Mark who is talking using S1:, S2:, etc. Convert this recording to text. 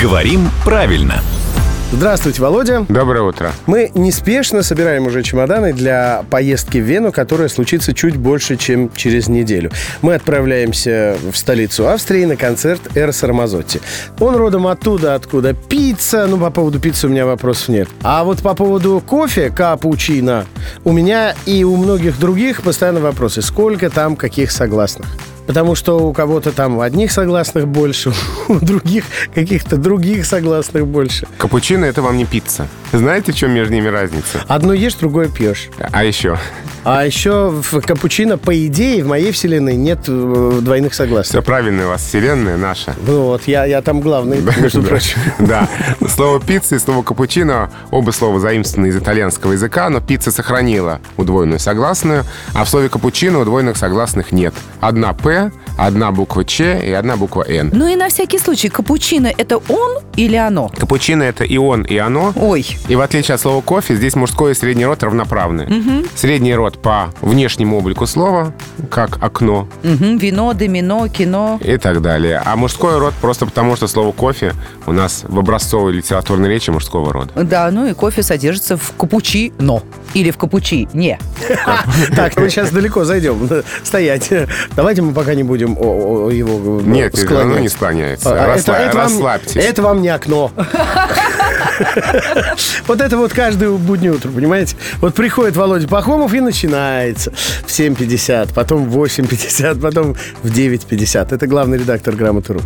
S1: Говорим правильно.
S2: Здравствуйте, Володя.
S3: Доброе утро.
S2: Мы неспешно собираем уже чемоданы для поездки в Вену, которая случится чуть больше, чем через неделю. Мы отправляемся в столицу Австрии на концерт Эрс Армазотти. Он родом оттуда, откуда пицца. Ну, по поводу пиццы у меня вопросов нет. А вот по поводу кофе, капучино, у меня и у многих других постоянно вопросы. Сколько там каких согласных? Потому что у кого-то там одних согласных больше, у других каких-то других согласных больше.
S3: Капучино это вам не пицца. Знаете, в чем между ними разница?
S2: Одно ешь, другое пьешь.
S3: А еще.
S2: А еще в капучино, по идее, в моей вселенной нет э, двойных согласных.
S3: Все правильно у вас, вселенная наша.
S2: Ну вот, я, я там главный, между прочим.
S3: Да. Слово пицца и слово капучино, оба слова заимствованы из итальянского языка, но пицца сохранила удвоенную согласную, а в слове капучино удвоенных согласных нет. Одна «п», одна буква «ч» и одна буква «н».
S4: Ну и на всякий случай, капучино – это он или оно?
S3: Капучино — это и он, и оно.
S4: Ой,
S3: И в отличие от слова кофе, здесь мужской и средний род равноправны. Средний род по внешнему облику слова, как окно
S4: мгм, вино, домино, кино.
S3: и так далее. А мужской род просто потому, что слово кофе у нас в образцовой литературной речи мужского рода.
S4: Да, ну и кофе содержится в капучино. Или в капучине.
S2: Так, ну мы сейчас далеко зайдем. Стоять. Давайте мы пока не будем о- о- его э,
S3: Нет, оно не
S2: склонять.
S3: склоняется.
S2: А, это-
S3: Расслаб-
S2: это вам-
S3: расслабьтесь.
S2: Это вам не окно. Вот это вот каждое буднее утро, понимаете? Вот приходит Володя Пахомов и начинается в 7.50, потом в 8.50, потом в 9.50. Это главный редактор «Грамоты.ру».